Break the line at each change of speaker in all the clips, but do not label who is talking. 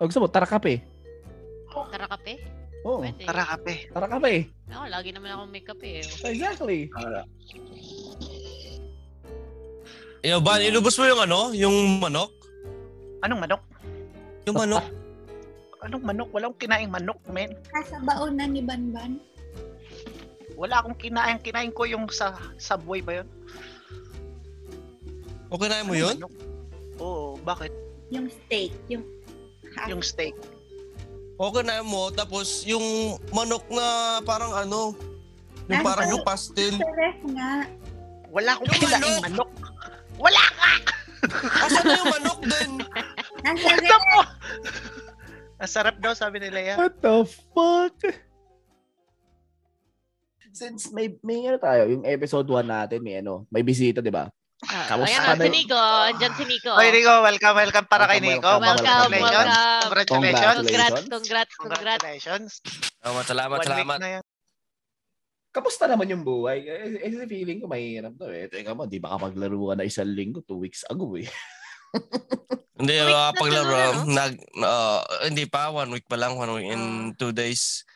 O, Oh, gusto mo, tara kape.
Tara kape?
Oo,
Pwede.
Tara kape.
tara kape.
Ako, lagi naman akong may kape eh.
Exactly.
Yo, Ban, ilubos mo yung ano? Yung manok?
Anong manok?
Yung manok?
Anong manok? Wala akong kinaing manok, men.
Nasa baon na ni Banban.
Wala akong kinaing. Kinain ko yung sa subway ba yun?
Okay na mo yun?
Anong manok? Oo, bakit?
Yung steak. Yung
Ah.
half.
Yung steak.
Okay na mo. Tapos yung manok na parang ano? Yung
Nasa-
parang yung pastel.
Sa ref nga.
Wala akong
Yung
kinaing manok. Wala ka!
Asan na yung manok din?
Nasa
Wala
ref.
mo! Ang sarap daw, sabi nila yan.
What the fuck? Since may may ano tayo, yung episode 1 natin, may ano, may bisita, 'di ba?
Ah,
Kamusta
ayan
na
o, si
yun?
Nico. Andyan si Nico.
Oy, Rico, welcome, welcome para kay Nico.
Welcome,
welcome, welcome.
Congratulations.
Congrats, congrats, congrats.
Congratulations.
Salamat, salamat,
One week
salamat.
na yan.
Kamusta naman yung buhay? Eh, eh, feeling ko mahirap to eh. Teka mo, di ba kapaglaro ka na isang linggo, two weeks ago eh.
Hindi,
Two weeks
uh,
na
paglaro,
siguro,
nag, uh, hindi pa, one week pa lang, one week in two days.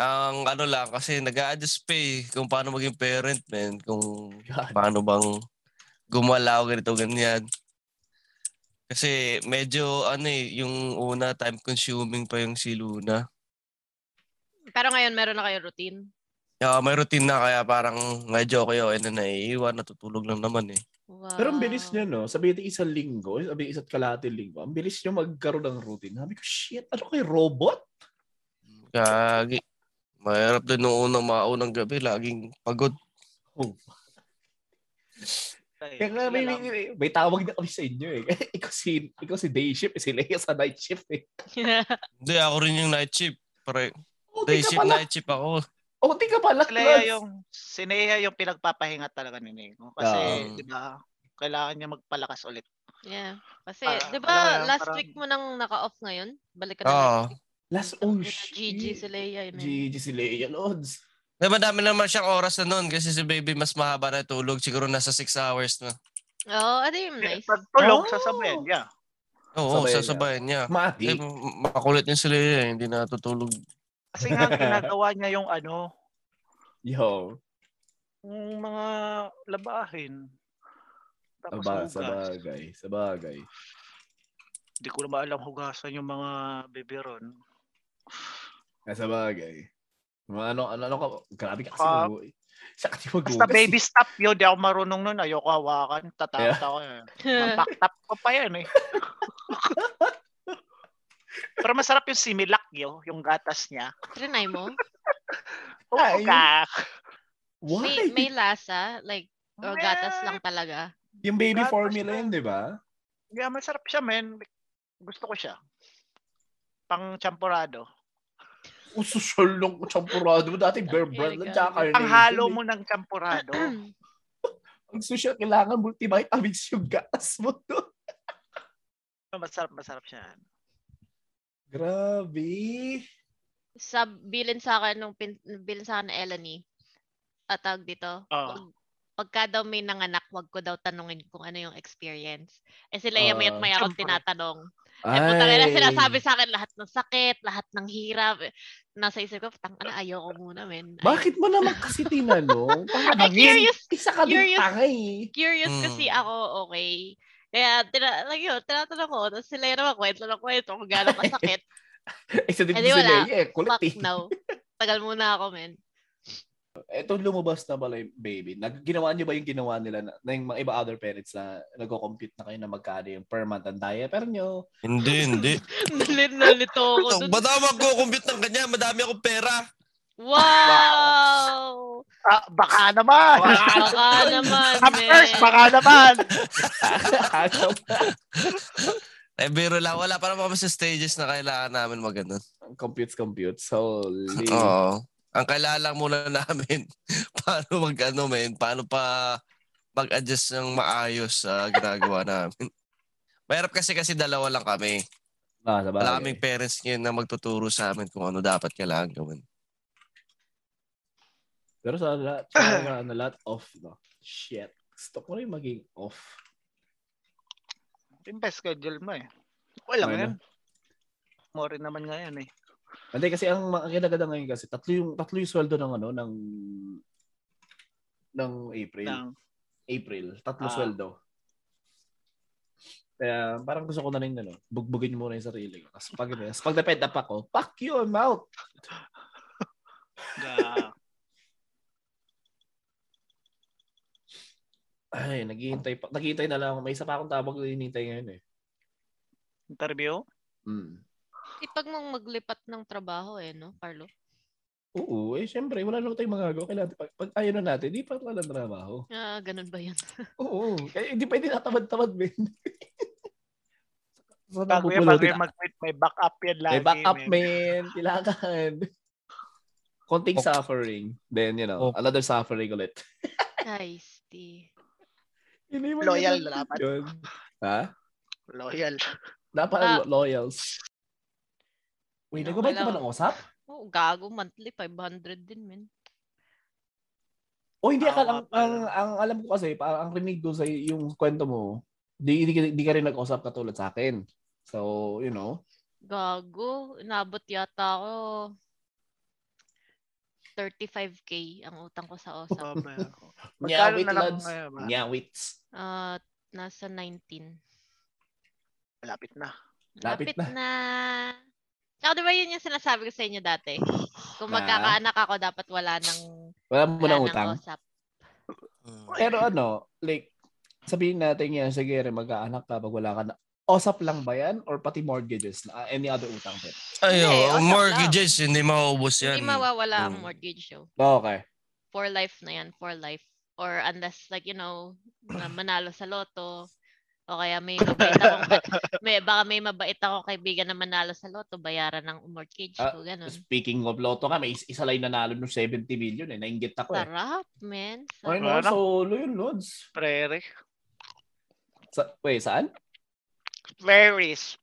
Ang ano lang, kasi nag adjust pa eh, kung paano maging parent, man. Kung
God.
paano bang gumalaw, ganito, ganyan. Kasi medyo, ano eh, yung una, time-consuming pa yung si Luna.
Pero ngayon, meron na kayo routine.
Ah, may routine na, kaya parang medyo okay, oh, na naiiwan, natutulog lang naman eh.
Wow.
Pero ang bilis niya, no? Sabi natin isang linggo, sabi isang kalahati linggo, ang bilis niya magkaroon ng routine. Sabi ko, shit, ano kay robot?
Gagi. Mahirap din noong unang maunang gabi, laging pagod.
Kaya nga, may, may, may, may tawag na kami sa inyo eh. ikaw, si, ikaw si day shift, eh, si Leia sa night shift eh.
Hindi, ako rin yung night shift. Pare,
Oti
day
ka
shift,
pala.
night shift ako.
Oti ka pala,
Si Lea
Clarks.
yung, si Lea yung pinagpapahinga talaga ni Nico. Kasi,
Oo.
di ba, kailangan niya magpalakas ulit.
yeah. Kasi,
Parang- alam
di
mo
ba,
yun,
last
parang-
week mo nang naka-off ngayon? Balik ka na.
Oo.
next week.
Last, oh shit.
GG si Leia. eh. man.
GG si Leia, Lods.
Diba dami naman siyang oras na noon kasi si baby mas mahaba na tulog. Siguro nasa 6 hours na.
Oo, ano yung nice.
Pagtulog,
Oo.
sasabayan niya.
Oo,
Sabayan niya.
sasabayan niya. Eh,
Mati.
m- makulit niya sila eh. Hindi natutulog.
Kasi nga, ginagawa niya yung ano,
Yo.
yung mga labahin. Tapos
Aba,
hugas.
sabagay, sabagay.
Hindi ko na maalam hugasan yung mga biberon.
Ah, sabagay. Mga ano, ano, ano ka, grabe ka kasi
Ah.
mag Sa kasi mag
Basta baby stop yun, di ako marunong nun. Ayoko hawakan, tatakot ako. Eh. Backstop ko pa yan eh. Pero masarap yung similak yo, yung gatas niya.
Trinay mo?
Oo
Ay.
ka.
Why?
May, may lasa? Like, o gatas lang talaga?
Yung baby
Gatas
formula yun,
lang.
di ba?
Yeah, masarap siya, men. Gusto ko siya. Pang champurado.
Ano Ususyal lang champurado. Dati bare brand lang tsaka carnation.
Pang halo mo ng champurado.
Ang social, kailangan multivitamins yung gatas mo. no?
Oh, Masarap, masarap siya.
Grabe.
sa bilin sa akin nung pin, bilin sa akin na Eleni at tawag dito
Oo.
pag, pagka daw may nanganak wag ko daw tanungin kung ano yung experience eh sila yung mayat
Oo.
maya akong
Siyempre.
tinatanong eh puta na sinasabi sa akin lahat ng sakit lahat ng hirap Eh, nasa isip ko putang ana ayoko muna men Ay-
Bakit mo naman kasi tinanong? Para
Ay, curious
Isa ka din
curious.
tanga eh.
curious
Mm.
kasi ako okay kaya tina, like yun, tinatanong ko tapos sila yung naman kwento ng kwento kung gaano kasakit
Isa din
Eh,
si
di wala.
Leia eh. Kulit
fuck
eh.
no tagal muna ako men
Eto lumabas na pala yung baby. Nag, ginawa niyo ba yung ginawa nila na, na yung mga iba other parents na nagko-compute na kayo na magkano yung per month ang diaper nyo?
Hindi, hindi.
Nalit- nalito ako dun.
Ba't ako magkukumpute ng kanya? Madami akong pera.
Wow!
Ah, baka naman.
Baka naman,
Of course,
man.
baka naman.
ano?
Eh, biro lang. Wala. Parang mga sa stages na kailangan namin magano.
Ang computes, computes. Holy.
Oo. Ang kailangan lang muna namin paano mag-ano, men, paano pa mag-adjust ng maayos sa ginagawa namin. Mahirap kasi kasi dalawa lang kami.
Ah, sabagay.
Wala kaming parents ngayon na magtuturo sa amin kung ano dapat kailangan gawin.
Pero sa lahat, sa mga ano, lahat off, no? Shit. Gusto ko rin maging off.
Yung best schedule mo eh. Wala
Ano?
yan. mo rin naman ngayon eh.
Hindi kasi ang mga kinaganda ngayon kasi tatlo yung tatlo yung sweldo ng ano ng ng April.
Ng,
April, tatlo
Ah.
sweldo. Kaya parang gusto ko na rin ano, bugbugin muna yung sarili ko. Tapos pag, tapos pag na-fed up ako, fuck you, I'm out.
ga-
Ay, naghihintay pa. Naghihintay na lang ako. May isa pa akong tabag na hinihintay ngayon eh.
interview?
Hmm.
Mm.
Ipag mong maglipat ng trabaho eh, no, Carlo?
Oo, eh syempre, wala naman tayong magagawa. Kailangan, pag, pag ayaw na natin, di pa wala ng trabaho.
Ah, ganun ba yun?
Oo, kaya hindi pwede natamad-tamad, men. Saan na
Bago yan,
pupulutin?
bago yan mag-quit, may backup yan lagi.
May backup,
men.
man. Kailangan. Konting
Ok.
suffering. Then, you know,
Ok.
another suffering ulit.
Nice, tea.
Iniwan
Loyal
na
na
lang
dapat.
Yun. Ha?
Loyal.
Dapat
Ah.
lo- loyals. Wait,
No,
nagbabayad ka ba
wala.
ng usap?
Oh, gago, monthly, 500 din, men.
O hindi,
Ah,
akala, ang,
wala.
ang, ang, alam ko kasi, parang ang rinig ko sa yung kwento mo, di, di, di ka rin nag-usap katulad sa akin. So, you know,
Gago, inabot yata ako 35k ang utang ko sa OSAP.
Sobra. Magkano
nyawit
na lang
lads.
ngayon, ba?
Nyawits.
At Ah, nasa 19.
Malapit na.
Lapit
Lapit na. Tsaka diba yun yung sinasabi ko sa inyo dati? Kung
Na?
magkakaanak ako, dapat wala ng,
Wala mo
wala
ng
ng
utang.
OSAP.
Hmm.
Pero ano, like, sabihin natin yan, sige, re, magkaanak ka pag wala ka na. Osap lang ba yan? Or pati mortgages? na- ah, Any other utang din?
Hindi,
Ayo, ang
usap
oh, mortgages, hindi mauubos yan.
Hindi mawawala ang
Mm.
mortgage oh. show.
Okay.
for life na yan, for life. Or unless like, you know, na manalo sa loto. O kaya may mabait akong, may, baka may mabait akong kaibigan na manalo sa loto, bayaran ng mortgage
Ah,
Mm.
ko, ganun.
Speaking of lotto ka, may is- isa lang nanalo ng 70 million eh. Nainggit ako eh.
Sarap, man.
Ay,
Sarap.
no,
Wala na.
solo yun, Lods.
Prairie.
Sa, wait, saan?
Prairies.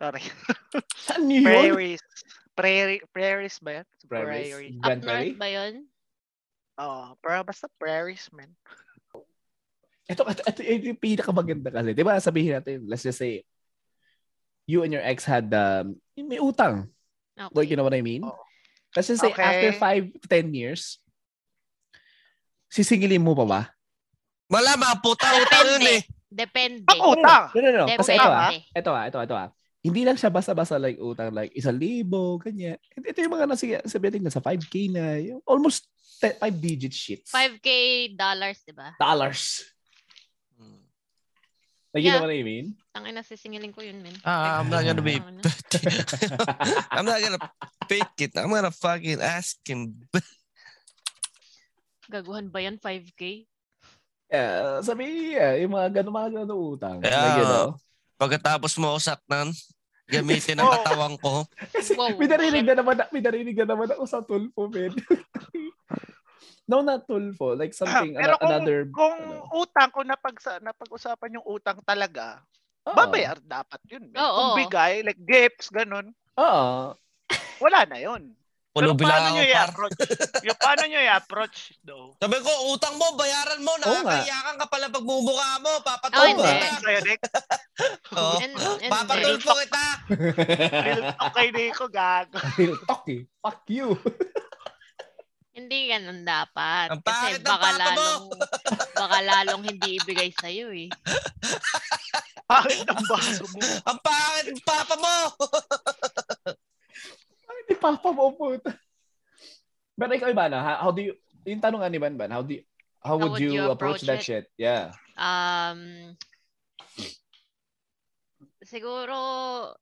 Sorry.
Saan New York?
Prairies. Prairie, prairies ba yan?
Prairies.
Prairie.
Up
Grand
north
Prairie?
ba yun?
Oo. pero basta prairies, man.
Ano? Ito, ito, ito, ito yung pinakamaganda kasi. Di ba, sabihin natin, let's just say, you and your ex had, um, may utang. Like, you
Okay.
know what I mean?
Oo.
Kasi say,
Okay.
after 5, 10 years, sisingilin mo pa ba?
Wala, mga puta utang yun eh.
Depende.
Ang utang!
No, no, no. no. Kasi ito ah.
Depende.
Ito ah, ito, ito ah. Hindi lang siya basta-basta like utang, like isang libo, ganyan. Ito ito yung mga nasa, sabi natin, nasa 5K na, yung almost 5 digit shits.
5k dollars, di ba?
dollars. Like, you
Yeah.
know what I mean?
Tangin na sisingiling ko yun, Ano, men.
Ah, I'm not gonna be
Tangina.
I'm not gonna fake it. I'm gonna fucking ask him.
Gaguhan ba yan, 5k?
Yeah, sabi niya, yung mga gano'ng mga gano'ng utang.
Yeah.
Like, you know?
Pagkatapos mo usaknan, gamitin ang katawan ko.
Kasi
Wow.
may narinig na naman, may narinig na naman ako sa Tulfo, man. no, not Tulfo. Like something,
Ah, Pero
ano- another...
Kung
ano.
utang, kung napagsa, napag-usapan yung utang talaga,
Oo.
babayar dapat yun. Man.
Oo.
Kung bigay, like gifts, ganun,
Oo.
wala na yun.
Pulo
Pero paano
bilang ako,
nyo
par.
i-approach? yung paano nyo i-approach, though?
Sabi ko, utang mo, bayaran mo.
Oo nga.
Nakakayakan ka pala pag bumuka mo.
Oh,
Papatulpo
hindi.
kita.
Thanks sa'yo, Nick.
Oo.
And,
Papatul-
and
Papatulpo kita.
Real talk kay Nico, gago.
Ah. Real talk eh. Fuck you.
Hindi ganun dapat.
Ang
Kasi
pangit ng
baka
papa mo!
lalong, baka lalong hindi ibigay sa'yo eh.
Pangit ng baso mo.
Ang pangit ng papa mo.
Ay, ni Papa mo po. Pero ikaw, Ivana, ha- how do you, yung tanong nga ni Banban, how do you, how would, you, approach, that
it?
shit? Yeah.
Um, siguro,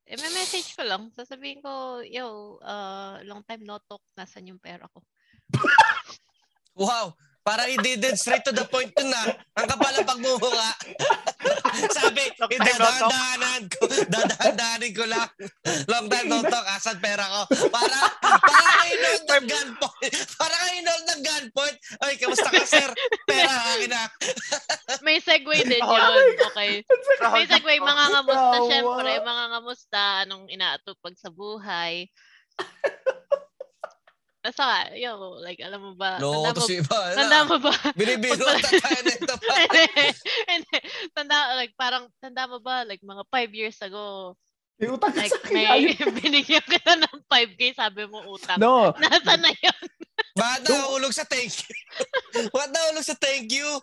eh, may message ko lang. Sasabihin ko, yo, uh, long time no talk. Nasaan yung pera ko?
Wow. Parang he did it straight to the point yun na. Ang kapal ang pagmumuka. Sabi,
Long time no talk.
dadaan-daanan ko. Dadaan-daanin ko lang. Long time no talk. Asan pera ko? Para, para kayo inold ng gunpoint. Para kayo inold ng gunpoint. Ay, kamusta ka, sir? Pera akin ah. na.
May segue din
Oh my
yun. Okay. May
Proud
segue,
ako.
mga ngamusta,
Tawa.
syempre. Mga ngamusta, anong inaatupag sa buhay. Basta, yo, like, alam mo ba?
Loko
tanda
to
mo-
si iba. Ala,
Tanda mo ba?
Binibiro
Huwag
ta tayo nito pa.
and, then- tanda, like, parang, tanda mo ba, like, mga five years ago,
May utang ka
Like,
sa akin.
may
ayun.
binigyan ka na ng 5K, sabi mo utang.
No,
Nasaan na yun?
Bakit nahulog sa thank you? Bakit nahulog sa thank you?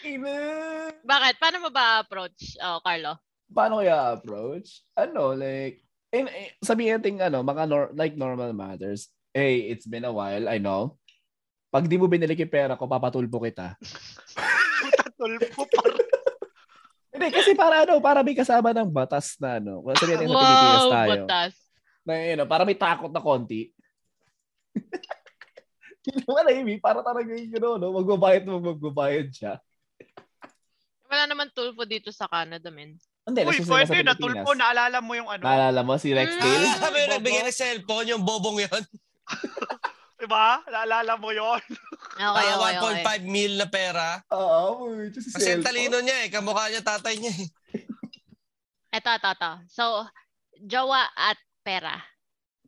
Ina.
Bakit? Paano mo ba approach, oh, Carlo?
paano kaya approach? Ano, like, in, eh, sabihin natin, ano, mga nor- like normal matters. Hey, it's been a while, I know. Pag di mo binalik yung pera ko, papatulpo kita.
Tatulpo pa rin.
Hindi, kasi para ano, para may kasama ng batas na ano. Kasi natin sa Pilipinas
Wow,
tayo.
batas.
Na, you know, para may takot na konti. Yun naman, Amy, para talaga yun, you know, no? magbabayad mo, magbabayad siya.
Wala naman tulpo dito sa Canada, men.
Hindi, nasa sila
Uy,
sa
pwede,
Pilipinas.
natulpo. Naalala mo yung ano?
Naalala mo si Rex
Mm.
Dale?
Naalala mo yung
Bobo?
nagbigay ng cellphone, yung bobong yun?
Diba? Naalala mo yon
Okay,
Ah,
okay, okay.
1.5 mil na pera.
Oo, oh, si
Kasi ang
Selfo.
talino niya eh. Kamukha niya tatay niya eh.
Eto, eto, eto. So, jowa at pera.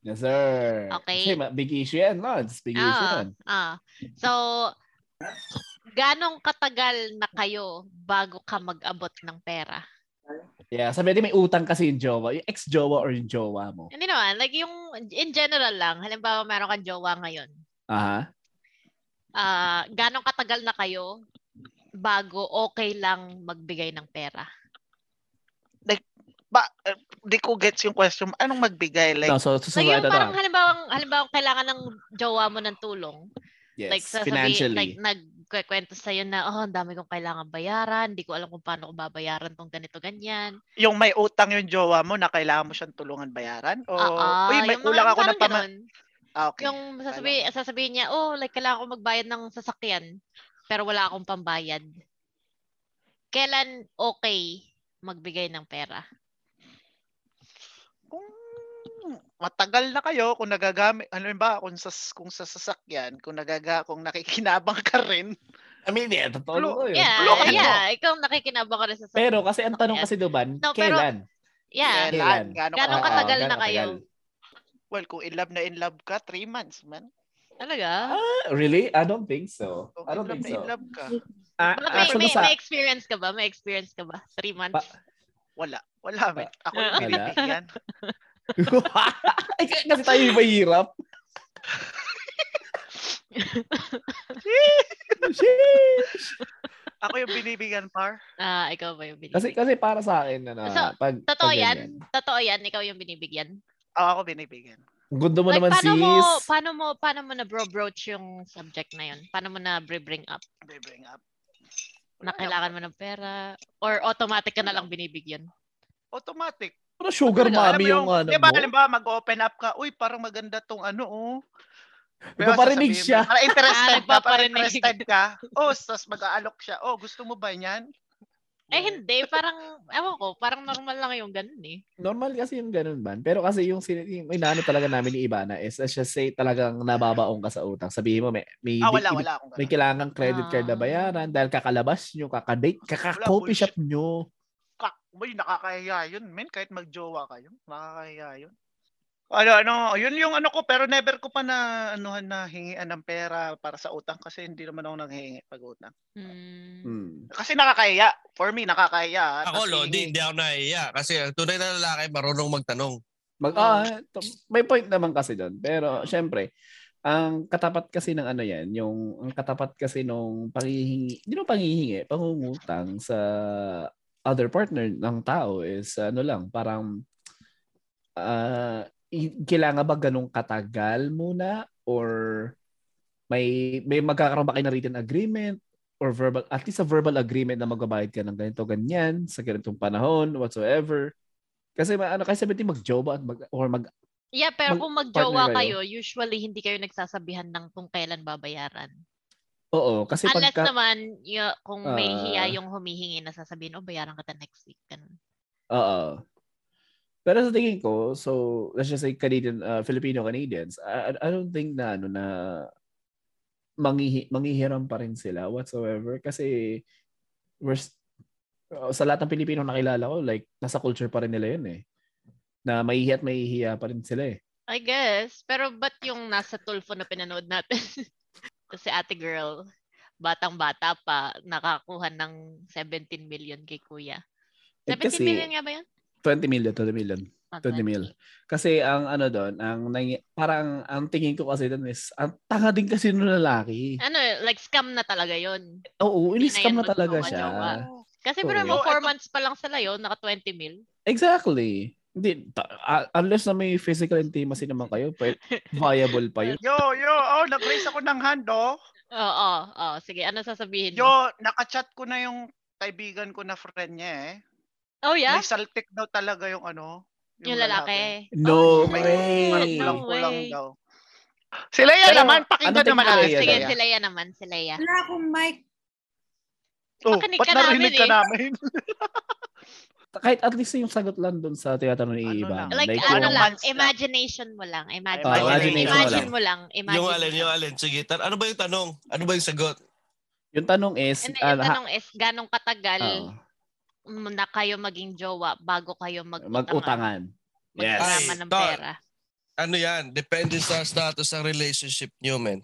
Yes, sir.
Okay.
Kasi ma- big issue yan, no? It's big issue
Ah,
yan.
ah. So, ganong katagal na kayo bago ka mag-abot ng pera?
Yeah, sabi natin may utang kasi yung jowa. Yung ex-jowa or yung jowa mo.
Hindi naman, like yung in general lang, halimbawa meron kang jowa ngayon,
Aha.
ah ganong katagal na kayo bago okay lang magbigay ng pera?
Ba, eh, di ko gets yung question. Anong magbigay? Like,
no, so, ano
Like
susunod
yung
ito
parang
na.
halimbawa, halimbawa kailangan ng jowa mo ng tulong,
Yes,
like sasabihin, like
financially.
nagkwekwento sa'yo na, oh, ang dami kong kailangan bayaran, hindi ko alam kung paano ko babayaran tong ganito, ganyan.
yung may utang yung jowa mo na kailangan mo siyang tulungan bayaran? O,
Ah, ah,
uy, may
yung mga-
kulang ako na
parang
pama...
ganon.
Ah, okay.
Yung sasabi, sasabihin niya, oh, like, kailangan ko magbayad ng sasakyan, pero wala akong pambayad. Kailan okay magbigay ng pera?
kung matagal na kayo kung nagagamit ano yun ba kung sa kung sa sasakyan kung nagaga kung nakikinabang ka rin
I mean, yeah, totoo
Tulo-
naman yun.
Yeah,
Tulungan mo.
yeah. Ikaw nakikinabang ka rin sa sasakyan.
Pero kasi ang tanong kasi duman,
No, pero-
kailan?
yeah.
Yeah.
kailan
Kailan?
eh, gaano
Gaano
Oo,
ka-
katagal na
gaano
kayo?
well kung in love na in love ka three months man
Talaga?
Ah, really? I don't think so.
kung
I
in
don't
love
think
na in
so.
love ka
Ah,
Bakit
ah,
may,
so
may,
sa-
may experience ka ba? May experience ka ba? Three months?
wala wala man ako yung
Wala.
binibigyan
Ay, kasi tayo yung mahirap. Sheesh.
ako yung binibigyan par
Ah, ikaw ba yung binibigyan?
kasi kasi para sa akin ano,
So,
pag
Totoo
pag
yan?
ganyan.
Totoo yan? Ikaw yung binibigyan?
Oh, ako, ako binibigyan
Gundo mo
Like,
naman
paano
sis.
mo, paano mo, paano mo na-broach yung subject na yun? Paano mo na-bring up?
they bring up
na kailangan mo ng pera or automatic ka na lang binibigyan.
automatic
Pero sugar
Alam
mommy
mo
yung, ano
di ba,
mo.
halimbawa, mag-open up ka, uy, parang maganda tong ano, oh.
Paparinig
sasabihin mo,
siya.
Parang interested
Ah,
ka, parang
nagpaparinig.
interested ka. Oh, tapos mag-aalok siya. Oh, gusto mo ba yan?
Eh hindi, parang, ewan ko, parang normal lang yung ganun eh.
normal kasi yung ganun man. Pero kasi yung, sin- yung inaano talaga namin ni Ivana is as you say, talagang nababaong ka sa utang. Sabihin mo, may, may,
Ah, wala, wala akong
may
ganun.
kailangan credit card na
Ah.
bayaran dahil kakalabas nyo, kakadate, kakakopi shop
bullshit.
nyo.
Kak, uy, nakakahiya yun, men. Kahit magjowa kayo, nakakahiya yun. Ano, ano, yun yung ano ko, pero never ko pa na, ano, na hingian ng pera para sa utang kasi hindi naman ako nanghingi pag utang.
Hmm.
Hmm.
Kasi nakakahiya. For me, nakakahiya.
Ako,
Tapos
Lodi,
hihingi-
hindi ako nahiya. Kasi ang tunay na lalaki, marunong magtanong.
Mag, ah, to- may point naman kasi doon. Pero syempre, ang katapat kasi ng ano yan, yung ang katapat kasi nung panghihingi, hindi nung panghihingi, pangungutang sa other partner ng tao is ano lang, parang ah, i- kailangan ba ganong katagal muna or may may magkakaroon ba kayo ng written agreement or verbal at least a verbal agreement na magbabayad ka ng ganito ganyan sa ganitong panahon whatsoever kasi ma- ano kasi sabihin magjowa at mag or mag
Yeah,
Mag-
pero kung magjowa
partner kayo.
kayo, usually hindi kayo nagsasabihan ng kung kailan babayaran.
oo kasi
Unless
pagka
naman, y- kung may
Ah.
hiya yung humihingi na sasabihin, oh, bayaran kita next week. Ganun.
Oo. Pero sa tingin ko, so let's just say Canadian, uh, Filipino Canadians, I, I- I don't think na ano na mangihi, manghihiram pa rin sila whatsoever kasi we're, s- uh, sa lahat ng Pilipino na kilala ko, like nasa culture pa rin nila yun eh. Na maihi at maihiya pa rin sila eh.
I guess. Pero ba't yung nasa Tulfo na pinanood natin? Kasi ate girl, batang-bata pa, nakakuha ng 17 million kay kuya.
Eh,
17
kasi,
million nga ba yun?
20 million, 20 million.
Ah,
20 mil. Kasi ang ano doon, ang nangy- parang ang tingin ko kasi doon is, ang tanga din kasi nung lalaki.
Ano, like scam na talaga yun.
Oo, in-scam na
Hindi na yan
talaga
magjowa,
siya.
jowa. Kasi
Oo.
pero mo
Oh,
4
eto-
months pa lang sila yun, naka 20 mil.
Exactly. Hindi, ta- uh, unless na may physical intimacy naman kayo, pwede, viable pa yun.
Yo, yo, oh, nag-raise ako ng hand, oh.
Oo, oo, oo. sige, ano sasabihin mo?
Yo, nakachat ko na yung kaibigan ko na friend niya, eh.
Oh yeah?
May saltik daw talaga yung ano.
Yung lalaki.
No
Oh,
May
way.
parang
no
kulang-kulang
way.
daw. Sila yan
Pero,
naman,
ano
pakinggan
take
naman
away
Ah,
Leia
natin.
sige,
daw.
si Leia naman, si Leia.
Wala akong mic.
Oh,
Pakinig
ba't
ka
narinig
namin,
ka
eh.
namin?
Kahit at least yung sagot lang doon sa tinatanong ni
Ano
Iba.
lang.
Like,
yung-
ano lang,
Months lang.
imagination mo lang. Imagine,
Hmm, Ah,
imagine,
imagination
mo lang. Imagine
Yung
mo
alin,
lang.
yung alin. Sige, tar- ano ba yung tanong? Ano ba yung sagot?
yung tanong is, ah,
And then, yung
lahat- Ah.
tanong is, ganong katagal
oo,
m- na kayo maging jowa bago kayo mag-utangan?
mag-utangan.
Yes.
Magdrama
Ay,
ng
tol.
pera.
Ano yan? Depende sa status ng relationship nyo, men.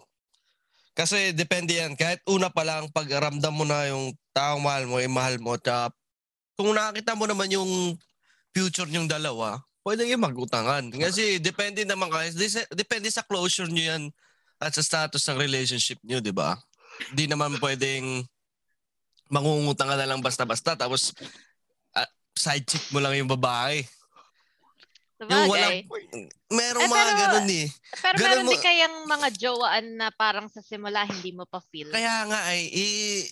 Kasi depende yan. Kahit una pa lang, pag ramdam mo na yung taong mahal mo, eh, mahal mo. Tsaka, kung nakakita mo naman yung future nyong dalawa, pwede yung magutangan. Kasi depende naman kayo. Dis- Depende sa closure nyo yan at sa status ng relationship nyo, di ba? Di naman pwedeng mangungutang ka na lang basta-basta tapos ah, side chick mo lang yung babae. Yung
Sabagay.
walang... Merong
Eh,
mga
pero-
ganun eh.
Pero
ganun
meron
mo-
din kayang mga jowaan na parang sa simula hindi mo pa feel.
Kaya nga ay, i-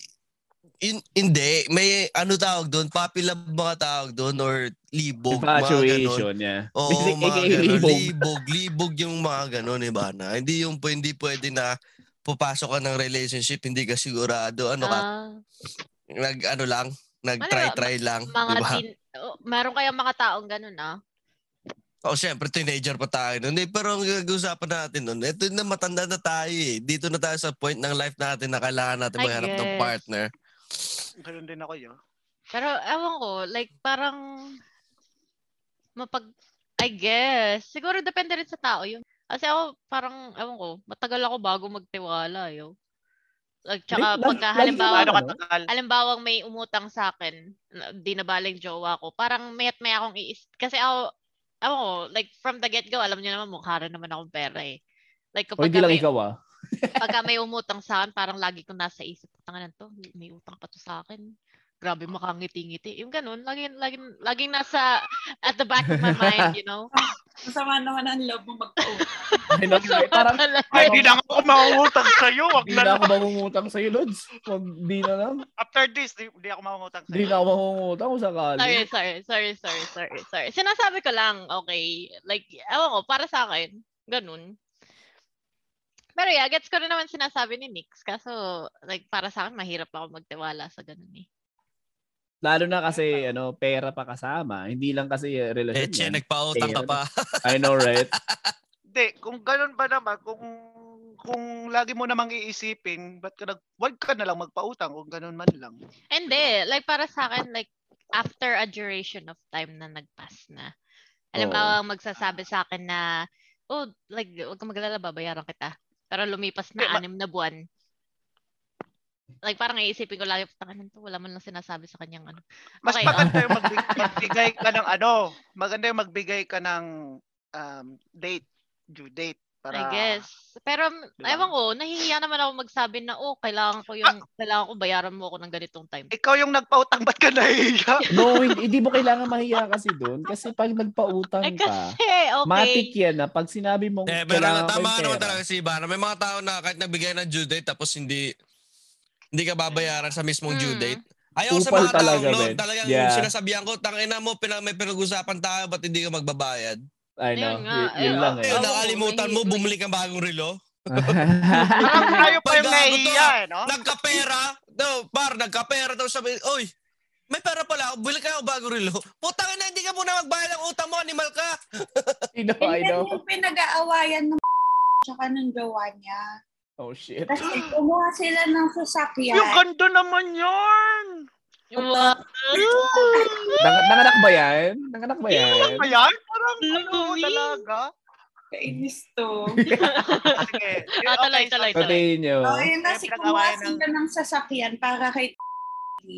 in, hindi. May ano tawag doon? Puppy love mga tawag doon or libog. Mga ganun.
Infatuation, yeah.
Oo,
Basic,
mga
aka
ganun.
libog.
Libog. Libog yung mga ganun, eh, Bana. Hindi yung po- hindi pwede na pupasok ka ng relationship, hindi ka sigurado. Ano ka?
Ah,
nag, ano lang? Nag-try-try lang.
mga
diba?
teen, oh, meron kayang mga taong ganun ah.
O Oh, syempre, teenager pa tayo nun. Eh, pero ang gag-usapan natin nun, eto na matanda na tayo eh. Dito na tayo sa point ng life natin na kailangan natin
I
maghanap ng
guess.
partner.
Ganun din ako, yo.
Pero ewan ko, like parang mapag I guess. Siguro depende rin sa tao yun. Kasi ako parang ewan ko, matagal ako bago magtiwala yo. Like
Hindi,
tsaka
lagi-
pagka
lagi
halimbawa,
Ano?
Paano katagal?
halimbawa may umutang sa akin, na- di nabaling jowa ko, parang mayat may akong iis. Kasi ako, ewan ko, like from the get-go, alam niyo naman, mukha rin naman akong pera eh. Like
O
kapag
hindi lang
may,
ikaw ah.
pagka may umutang sa akin, parang lagi ko nasa isip, tangan to, may utang pa to sa akin. Grabe makangiti-ngiti. Yung ganun, laging, laging, laging nasa, at the back of my mind, you know?
Masama naman ang love mo magpa
Ay, no,
So,
parang,
talaga.
Ay, di na ako mangungutang sa'yo. Wag
Di
na
na ako
lang.
mangungutang sa'yo, Lods. Wag, di na lang.
After this, di, di ako mangungutang
Di
sa'yo.
na ako mangungutang kung sakali.
Sorry, sorry, sorry, sorry, sorry, sorry. Sinasabi ko lang, okay? Like, ewan ko, para sa akin, ganun. Pero yeah, gets ko rin naman sinasabi ni Nix. Kaso, like, para sa akin, mahirap ako magtiwala sa ganun eh.
Lalo na kasi, ano, pera pa kasama. Hindi lang kasi eh,
Eh,
relasyon.
che,
yan.
nagpautang ka
Pera.
pa.
I know, right?
Hindi, kung ganun ba naman, kung kung lagi mo namang iisipin, ba't ka nag, wag ka na lang magpautang kung ganun man lang.
Hindi, like para sa akin, like after a duration of time na nagpas na. Alam mo,
Oo.
magsasabi sa akin na, oh, like, huwag kang magalala, babayaran kita. Pero lumipas
Hindi,
na
ma-
anim na buwan. Like, parang iisipin ko lagi, tangan to, wala man lang sinasabi sa kanyang ano.
Mas
Okay,
maganda yung magbig- magbigay ka ng ano, maganda yung magbigay ka ng um, date, due date. Para,
I guess. Pero,
Diba?
ewan ko, nahihiya naman ako magsabi na, oh, kailangan ko yung, kailangan ko bayaran mo ako ng ganitong time.
Ikaw yung nagpautang, ba't ka nahiya?
No, hindi, hindi mo kailangan mahiya kasi doon. Kasi pag nagpautang
Ay,
ka,
kasi, okay.
matik yan na pag sinabi mong
Eh, pero
kailangan ko
na,
yung
tama naman
pera.
talaga si Ivana. May mga tao na kahit nagbigay ng due date tapos hindi hindi ka babayaran sa mismong due
Mm.
date. Ayaw sa
Kupal
mga tao
talaga,
noon.
Ben.
Talagang
Yeah.
sinasabihan ko, tangina mo, pinag, may pinag-usapan tayo, ba't hindi ka magbabayad?
I know.
Ayun nga,
Y- yun
ayun.
lang
Eh,
eh.
Oo,
nakalimutan mo,
may-
bumili kang bagong relo.
Parang tayo pa yung
Pagdago to,
nahiya, eh, no?
Nagkapera. No, par, nagkapera daw sabi, oy, may pera pala ako, bili kayo bagong relo. Putang ina, hindi ka muna magbayad ng utang mo, animal ka.
I know, Oh, I
And then
know.
yung pinag-aawayan ng tsaka ng jowa niya.
Oh, shit.
Kasi kumuha sila ng
Yung
sasakyan.
ganda naman yun!
Wow.
Nang- Nanganak ba yan? Nanganak ba yan?
Ayan, parang ano
Louis.
talaga.
Kainis to.
Sige.
Ah,
Okay, so-
tuloy, tuloy, tuloy.
Patayin nyo.
Oh, ayun na,
Kaya
si
pinag-awayan
kumuha sila ng sasakyan para kay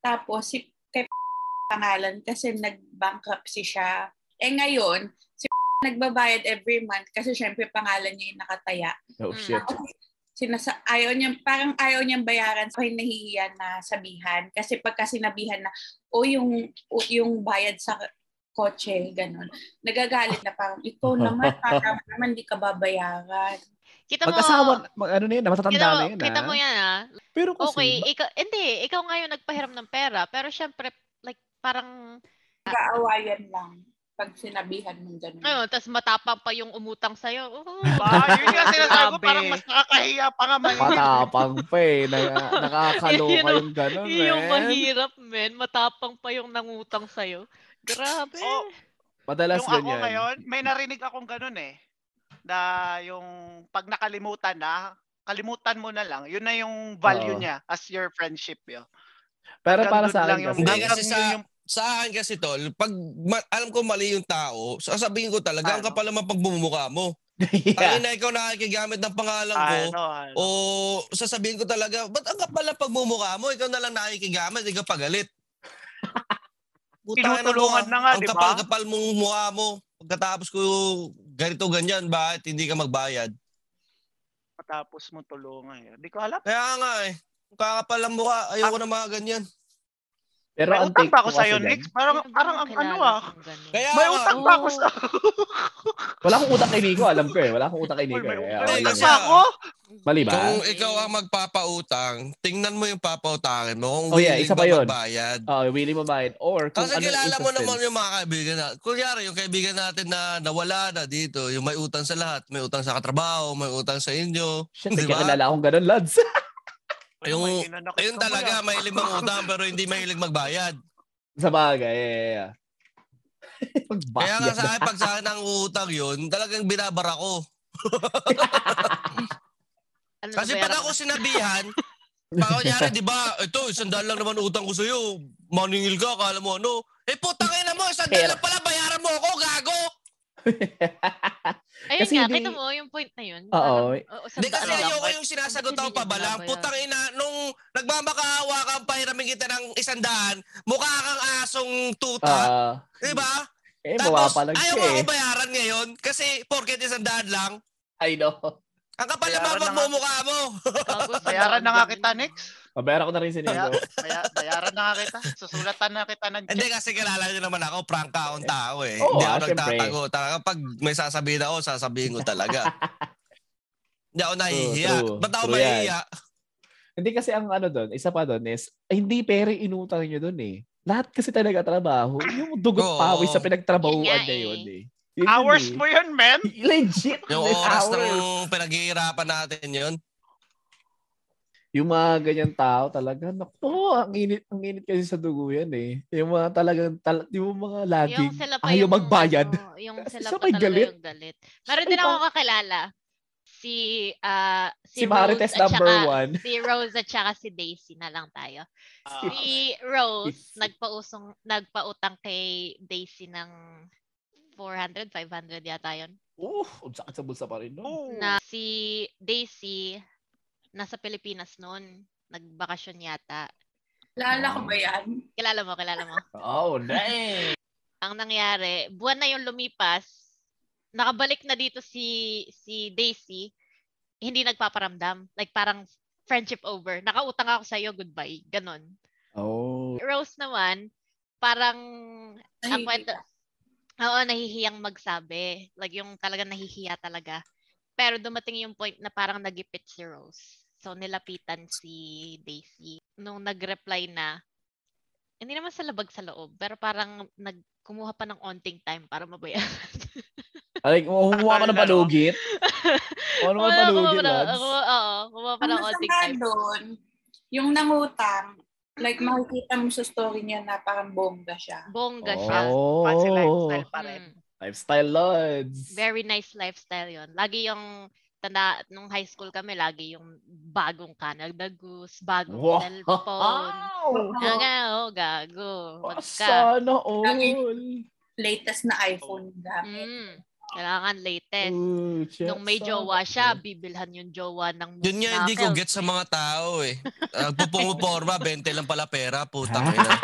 Tapos si kay pangalan kasi nag-bankruptcy siya. Eh ngayon, si nagbabayad every month kasi syempre pangalan niya yung nakataya.
Oh, shit.
Sinasa ayaw niya, parang ayaw niyang bayaran so nahihiya na sabihan. Kasi pagka sinabihan na, o yung, o yung bayad sa kotse, ganun. Nagagalit na parang, ikaw naman, para naman di ka babayaran.
Kita mo,
Mag-asawa, mag, ano na yun,
kita
matatanda
mo,
na yun.
kita
ah.
mo yan ah.
Pero kasi,
Okay, ikaw, hindi, ikaw nga yung nagpahiram ng pera. Pero syempre, like, parang,
Kaawayan lang pag sinabihan mo ganun.
ayun, tas matapang pa yung umutang sa'yo. Oo,
Ah, yun nga sinasabi ko,
Grabe.
parang mas nakakahiya pa nga. man.
matapang pa eh. Na,
Yun
nakakaloka
yung-
yung ganun,
Yun yung
man.
mahirap, men. Matapang pa yung nangutang sa'yo. Grabe.
Oh,
Madalas
yung ako
ganyan.
ngayon, may narinig akong ganun eh. Na yung pag nakalimutan na, kalimutan mo na lang. Yun na yung value
Oo.
niya as your friendship. Yo.
Pero
Hanggang
para
doon
sa akin
lang yung-
kasi,
Hindi kasi
Hanggang
sa,
yun yung-
sa akin kasi tol, pag ma- alam ko mali yung tao, sasabihin ko talaga, ang
Ano?
kapal naman pag bumumuka mo.
yeah.
Tangin na ikaw nakikigamit ng pangalan ko.
Ano, ano.
O sasabihin ko talaga, ba't ang kapal ng pagmumukha mo? Ikaw na lang nakikigamit, ikaw pagalit. Puta na
Tinutulungan
mo,
na nga,
ang
di ba?
kapal-kapal mong mukha mo. Pagkatapos ko ganito ganyan, bakit hindi ka magbayad?
Matapos mo tulungan. yo. Di ko alam.
Kaya nga eh, ang kakapal ng mukha,
Ah.
ayoko na mga ganyan.
Pero ang
May utang
take
pa ako
ko kasi
sa'yo,
dyan,
Nix. Parang,
Sino ba
parang
yung
ang ano
kilala
ah.
kong ganun?
Kaya
May
nga,
utang pa ako
Oo.
sa...
Wala akong utak kay Nico, alam ko eh. Wala akong utak kay
Uy,
Nico.
may
Eh.
utang
Okay,
Ay,
pa
lang
kasi-
yan.
ako.
Mali ba?
kung ikaw ang magpapautang, tingnan mo yung papautangin mo kung
Oh, yeah,
willing
isa
ka
pa yun.
magbayad.
Oo, Ah, willing mo ba it? Or kung
Kasi
ano
kilala mo naman
instance.
yung mga kaibigan natin. Kunyari, yung kaibigan natin na nawala na dito, yung may utang sa lahat, may utang sa katrabaho, may utang sa inyo.
Shit, may
di ba?
kakilala akong ganun, lads.
Yung-
May kinanakit
Ayun
ka ba
talaga,
yan?
may limang utang pero hindi mahilig magbayad.
Sa bagay, yeah, yeah, yeah.
Kaya nga
Pagbayad
sa
na.
akin, pag sa akin ang utang yun, talagang binabara ko.
Ano na
Kasi
ba
pag
yan?
ako sinabihan, pag kunyari, di ba, ito, isang daan lang naman utang ko sa'yo. Maningil ka, kala mo ano. Eh, putang ina mo, isang daan lang pala, bayaran mo ako, gago!
Ayun
Kasi
nga,
hindi-
kita mo yung point na yun.
Oo.
Hindi kasi
Sandaan lang,
ayoko
kahit-
yung sinasagot
kahit
ako
hindi ka
pabalang.
binabayaran.
Putang ina, nung nagmamakaawa ka, pahiramin kita ng isang daan, mukha kang asong tuta.
Ah,
di ba?
eh, mawa
diba? Tapos,
pa lang
ayaw
siya
mo ako
eh.
bayaran ngayon kasi porket isang daan lang.
I know.
Ang kapal
Bayaran
naman
na nga.
pagmumukha mo.
Bayaran na nga kita, Nix.
Mabayaran ko na rin si Nico.
Baya- baya- Bayaran na nga kita. Susulatan na kita ng
Hindi kasi kilala niyo naman ako, prank ka akong tao eh.
Oo,
Hindi
ah,
ako
syempre.
nagtatago. Talaga pag may sasabihin ako, sasabihin ko talaga. Hindi ako nahihiya.
true.
Ba't ako
True yan.
mahihiya?
Hindi kasi ang ano doon, isa pa doon is, ay, hindi pere inutang nyo doon eh. Lahat kasi talaga trabaho, yung dugot
Oo.
pawis sa
Yun
pinagtrabahuan
nga
na
eh.
yun eh. Yun yun
Hours
eh.
mo yun, men.
Legit.
Yung
man,
oras
hours.
ng pinaghihirapan natin yun.
Yung mga ganyan tao talaga, naku, ang init, ang init kasi sa dugo yan eh. Yung mga talagang, tal- yung mga laging
Yung sila pa
ayaw
yung,
magbayad.
ano, yung
Kasi
sila
siya
pa
may
talaga
galit.
yung galit. Meron
Siya
din
pa-
ako kakilala. Si, ah,
si
si,
Marites
Rose at
number
saka-
one.
Si Rose at saka si Daisy na lang tayo.
Ah,
Si Rose,
Daisy.
nagpausong, nagpautang kay Daisy ng 400, 500 yata yun.
Oh, ang sakit sa bulsa pa rin. No?
oo.
na si Daisy nasa Pilipinas noon. Nagbakasyon yata.
Lala ko ba yan?
Kilala mo, kilala mo.
Oh, dang.
Ang nangyari, buwan na yung lumipas, nakabalik na dito si si Daisy, hindi nagpaparamdam. Like parang friendship over. Nakautang ako sa'yo, goodbye. Ganon.
Oh.
Rose naman, parang ang
Ay,
Ah, kwento, oo, nahihiyang magsabi. Like yung talaga nahihiya talaga. Pero dumating yung point na parang nagipit si Rose. So nilapitan si Daisy. Nung nag-reply na, hindi naman sa labag sa loob, pero parang nagkumuha pa ng onting time para mabayaran.
Ay, umuha ka ng palugit. Ano
Kumuha
man
na-
palugit,
kumuha na-
lads?
kumuha- Oo, kumuha pa
Ang
ng onting
masama
time.
doon, yung nangutang, like makikita mo sa story niya na parang bongga siya.
Bongga siya.
Oh.
Fancy lifestyle pa rin.
Mm.
Lifestyle, lads.
very nice lifestyle yon. Lagi yung tanda nung high school kami lagi yung bagong Canada Goose, bagong
Wow.
cellphone. Ang oh, gago. Wag ka.
Sana all.
Latest na iPhone gamit.
Mm. Kailangan latest.
Ooh,
Nung may
Jetson.
jowa siya, bibilhan yung jowa ng
Yun nga, hindi ko
knuckles.
get sa mga tao eh. Nagpupunguporma, 20 lang pala pera, putang ina.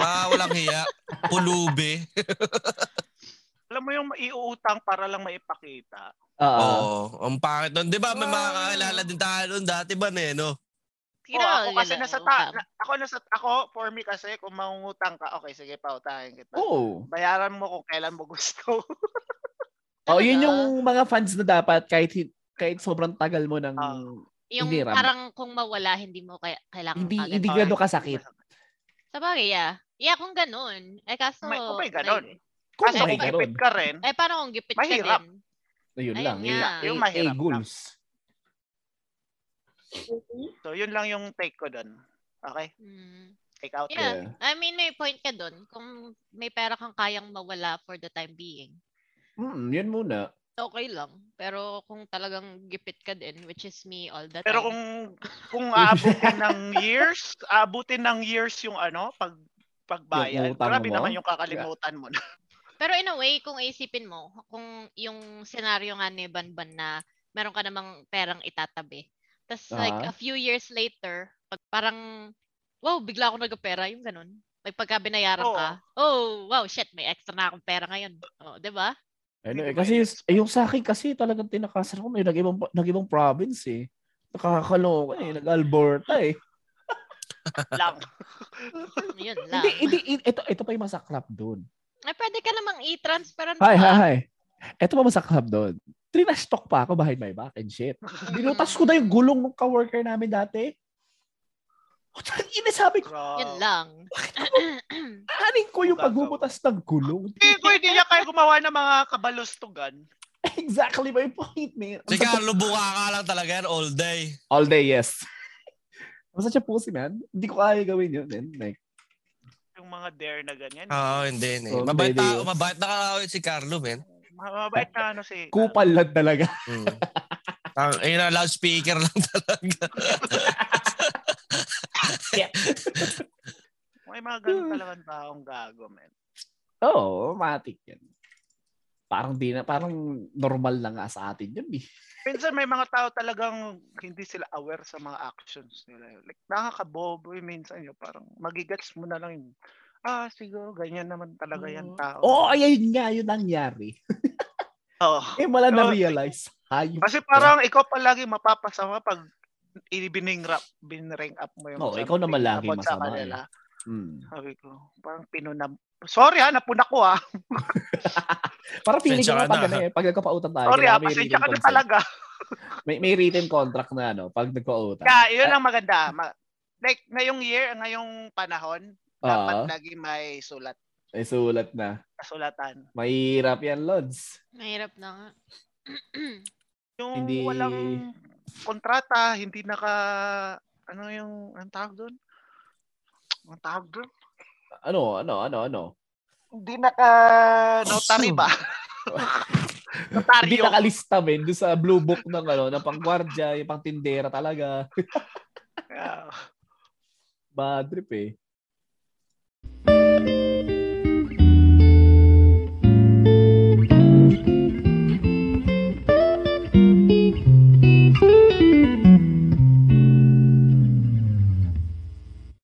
Ah, walang hiya. Pulubi.
Alam mo yung iuutang para lang maipakita.
Ah.
Oo.
Oo, ang pangit nun. Di ba, may
Wow.
mga kakilala din tayo nun dati ba, Neno?
Sino
Oo, ako
yun eh,
kasi
ang
nasa
utang?
ta- na- ako nasa ako for me kasi kung mangungutang ka, okay sige pautahin kita.
Oo.
Bayaran mo kung kailan mo gusto.
Oh, yun
Talaga?
yung mga fans na dapat kahit hin- kahit sobrang tagal mo ng
Oo.
Yung
Hindi, Ram.
parang kung mawala, hindi mo kaya, kailangan
hindi
agad.
hindi
Okay.
gano'n kasakit.
Sa bagay, yeah. Yeah, kung ganun. Eh, kaso...
May- kung may
like,
ganun.
Kung
Kasi
may
kung
ganun.
ipit ka rin,
eh, parang kung gipit
Mahirap.
ka din.
Ayun
Ayun
lang.
nga.
Eh,
Yung
eh,
mahirap
eh,
lang.
goals.
so yun lang yung take ko doon. Okay?
Mm.
Take out.
Yeah.
Yeah.
I mean, may point ka doon. Kung may pera kang kayang mawala for the time being,
Mm, yun muna.
okay lang. Pero kung talagang gipit ka din, which is me all the
Pero
time.
kung kung aabutin ng years, aabutin ng years yung ano, pag pagbayad.
Yung utang
Grabe
mo?
naman yung kakalimutan mo.
Pero in a way, kung isipin mo, kung yung senaryo nga ni Banban na meron ka namang perang itatabi. Tapos like
Ah.
a few years later, pag parang, wow, bigla ako nagpera, yung ganun. Like pagka binayaran
Oo.
ka, oh, wow, shit, may extra na akong pera ngayon. Oh, 'di ba?
Ano, eh,
Hindi
kasi
mo
s- eh, yung sa akin kasi talagang tinakasan ko. May nag-ibang, nag-ibang province eh. Nakakaloka eh. Nag-Alberta eh.
Lang.
Yun
Hindi,
lang.
eh.
hindi, i- ito, ito pa yung masaklap doon.
Ay, pwede ka namang
Hi,
i-transferan pa.
hi, hi. Ito pa masaklap doon. Trinash talk pa ako behind my back and shit. Dinutas ko na yung gulong ng coworker namin dati. Ang ina sabi ko,
Grabe.
Yun lang.
anin ko yung
Gagawa.
pagbubutas ng gulong.
Hindi ko hindi niya kaya gumawa ng mga kabalustugan.
exactly my point, man.
Si Carlo Bukaka lang talaga yan all day.
All day, yes. Basta siya pussy, man. Hindi ko kaya gawin yun, man. Like,
Yung mga dare na ganyan.
Oo, hindi. Oh, hindi.
All
Mabait,
day
tao,
days.
mabait na kalawin si Carlo, men.
Mabait na ano si
kupal lang talaga.
Mm. Ang ayun na, loudspeaker lang talaga.
May mga ganun talagang taong gago, men.
Oo, oh, matik yan. Parang di na, parang normal na nga sa atin yun, eh.
Minsan may mga tao talagang hindi sila aware sa mga actions nila. Like, nakakabobo eh, minsan yun. Parang magigets mo na lang yung, ah, siguro ganyan naman talaga yan tao.
Oo, oh, ayun nga, yun nangyari.
Oo.
Eh, wala
Oo.
na-realize. Hayop.
Kasi parang ikaw palagi mapapasama pag ibining rap, binring up mo yung
Oo,
something
ikaw naman lagi
about sa
masama eh.
kanila.
Mm.
Sabi ko, parang pinunam. Sorry ha, napuna ko ha.
Parang feeling ko nga
Pasensya ka
pag,
na,
ano, eh, pag nagkapautan tayo,
Sorry ha,
kailangan may
pasensya
written
ka na
consent.
talaga.
May, may written contract na ano, pag nagkautan.
Kaya, yun ang maganda. Ma- like, ngayong year, ngayong panahon,
Ah.
dapat
Oo,
lagi may sulat.
may sulat na.
Kasulatan.
Mahirap yan, Lods.
Mahirap na nga.
Yung
Hindi-
walang kontrata, hindi naka, ano yung, anong tawag doon? Anong tawag doon?
Ano, ano, ano, ano?
Hindi naka notary ba?
Hindi
Notaryo.
nakalista, men. Doon sa blue book ng, ano, ng panggwardya, yung pangtindera talaga.
Ah. Yeah.
Bad trip, eh.